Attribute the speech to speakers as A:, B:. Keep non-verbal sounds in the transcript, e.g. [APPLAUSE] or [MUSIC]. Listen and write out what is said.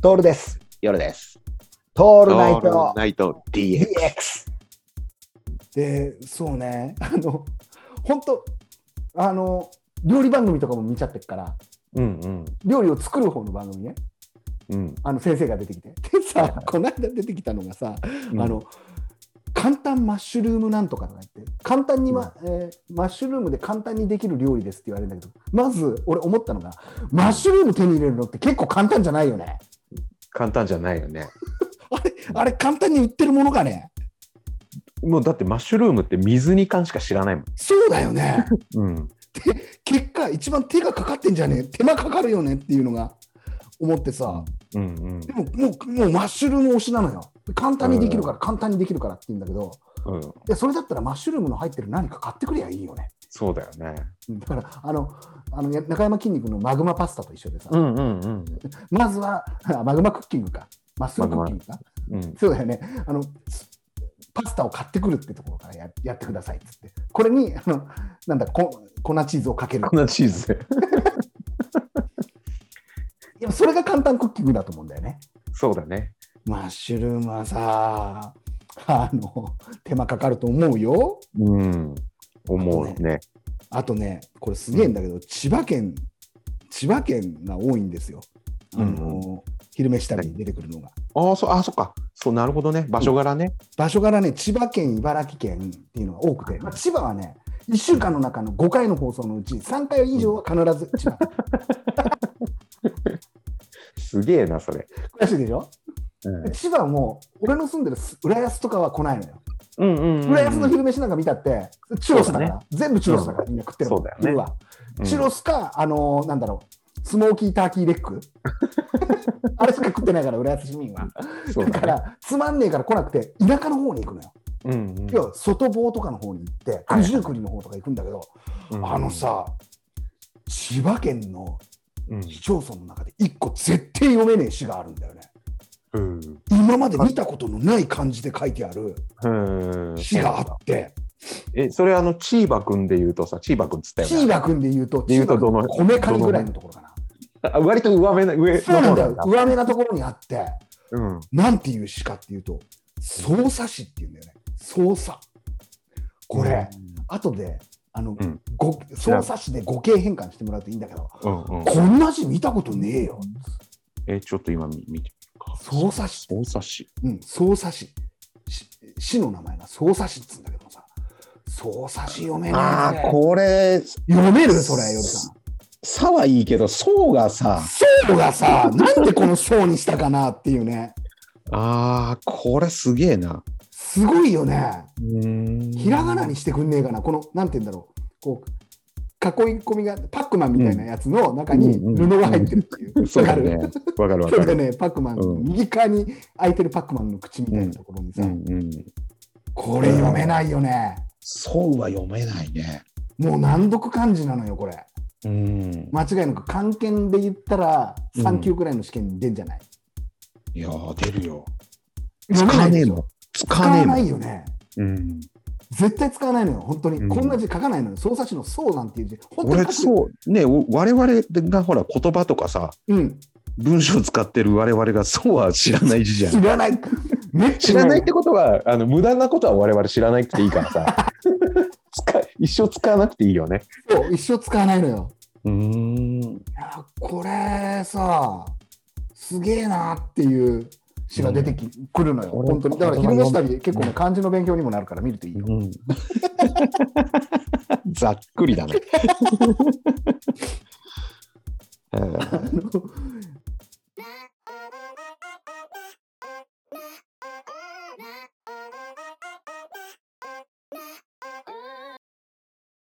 A: トールです。
B: 夜です。
A: ト
B: オ
A: ールナイト
B: ナイト DX。
A: DX。で、そうね、 [LAUGHS] あの、本当あの、料理番組とかも見ちゃってるから、
B: うんうん
A: 料理を作る方の番組ね、
B: うん。
A: あの先生が出てきて。 [LAUGHS] で
B: はい
A: さ
B: はい、
A: この間出てきたのがさ、
B: あ
A: あ、の、簡単マッシュルームなんとかとか言って、簡単に、まえーマッシュルームで簡単にできる料理ですって言われるんだけど、まず俺思ったのが、マッシュルーム手に入れるのって結構簡単じゃないよね。
B: 簡単じゃないよね。
A: あれ簡単に売ってるものかね。
B: もうだってマッシュルームって水煮缶しか知らないも
A: そうだよね。
B: ん。うん。
A: 結果一番手がかかってんじゃねえ手間かかるよねっていうのが思ってさ
B: うんうん
A: でももうもうマッシュルーム推しなのよ簡単にできるから簡単にできるからって言うんだけど
B: うん。
A: でそれだったらマッシュルームの入ってる何か買ってくりゃいいよね
B: そうだよね。
A: だからあのあのや中山きんに君のマグマパスタと一緒でさ、
B: んうんうん。
A: まずはあマグマクッキングかマッシュルームクッキングか
B: うん、
A: そうだよねあのパスタを買ってくるってところからややってくださいっつってこれにあのなんだこ粉チーズをかける
B: こんなチーズで。
A: いやそれが簡単クッキングだと思うんだよね
B: そうだね。
A: マッシュルームはさ、あの、手間かかると思うよ。
B: うん。思う
A: あと
B: ね。
A: あとね、これすげえんだけど、千葉県、千葉県が多いんですよ。あの、昼飯旅に出てくるのが。
B: ああ、そう、あそっか。そう、なるほどね。場所柄ね。
A: 場所からね、千葉県、茨城県っていうのが多くて、まあ、千葉はね、1週間の中の5回の放送のうち、3回以上は必ず千葉。
B: すげえな、それ。
A: 詳しいでし
B: [LAUGHS]
A: ょ
B: うん
A: 千葉も、俺の住んでる浦安とかは来ないのよ。
B: うんうんうん
A: 浦安の昼飯なんか見たって、チュロスだから、
B: そう
A: 全部チュロスだから、みんな食ってるもん
B: そうだよね
A: 昼はチュロスか、あのーなんだろう、スモーキーターキーレッ
B: [LAUGHS]
A: グあれしか食ってないから、浦安市民は。
B: うんそう
A: だ
B: だ
A: か
B: ね。
A: ら、つまんねえから来なくて、田舎の方に行くのよ。
B: うんうん
A: 要は、外房とかの方に行って、九十九里の方とか行くんだけど、
B: うん
A: あの、さ、千葉県の
B: うん
A: 市町村の中で一個絶対読めねえ詩があるんだよね。
B: うん
A: 今まで見たことのない漢字で書いてある
B: うん。
A: 詩があって、
B: え、それあの、チーバくんで言うとさ、チーバくんっつったよ
A: チ
B: ね。
A: ーバ君で言うと、
B: で言うとどの
A: こめかみぐらいのところかな。
B: あ割と上目な、上の
A: そうなんだ
B: 方
A: よ、上目なところにあって。
B: うん。
A: なんていう詩かっていうと、操作詩っていうんだよね。操作。これ、後で、あの、
B: うん
A: ご操作詩で語形変換してもらうといいんだけど、
B: うんうん、
A: こんな詩見たことねえよ。
B: え、ちょっと今見見てみるか。
A: 操作詩。
B: 操作詞。
A: うん、操作詩。し詩の名前が操作詩っつうんだけどさ。操作詩読めな
B: あ
A: い
B: あ、これ、
A: 読めるそれ、よりさん。
B: さはいいけど、そうがさ。
A: そうがさ、なんでこのそうにしたかなっていうね。
B: ああ、これすげえな。
A: すごいよね。
B: うん
A: ひらがなに。してくんねえかな、この、なんて言うんだろう、こう、囲い込みが、パックマンみたいなやつの中に
B: うんうん
A: 布が入ってるっていう。
B: そうだ
A: わ
B: ね
A: かる。
B: わかるわ
A: そ
B: か
A: れで
B: る。
A: ね、パックマン、
B: うん
A: 右側に開いてるパックマンの口みたいなところにさ、
B: うんうん。
A: これ読めないよね。
B: そうは読めないね。
A: もう難読漢字なのよ、これ。
B: うん。
A: 間違いなく、漢検で言ったら、
B: うん
A: 3級くらいの試験に出んじゃない、
B: いやー、出るよ。
A: 読めないでしょ。
B: の。つ
A: 使わ
B: の
A: ないよね。
B: うん。
A: 絶対使わないのよ、本当に。
B: うん
A: こんな字書かないのよ。操作詞のそうなんていう字、本当に
B: 俺
A: 書く
B: そうねお我々がほら言葉とかさ
A: うん、
B: 文章使ってる我々がそうは知らない字じゃん
A: 知らない。めっちゃ
B: [LAUGHS] 知らないってことはあの無駄なことは我々知らなくていいからさ [LAUGHS] 使い一生使わなくていいよね
A: そう一生使わないのよ。
B: うん
A: いやこれさすげえなっていう詩が出てき、くるのよ
B: 俺
A: 本当にだから昼飯旅結構ね漢字の勉強にもなるから見るといいよ、
B: ざ [LAUGHS] っくりだねえー
A: あの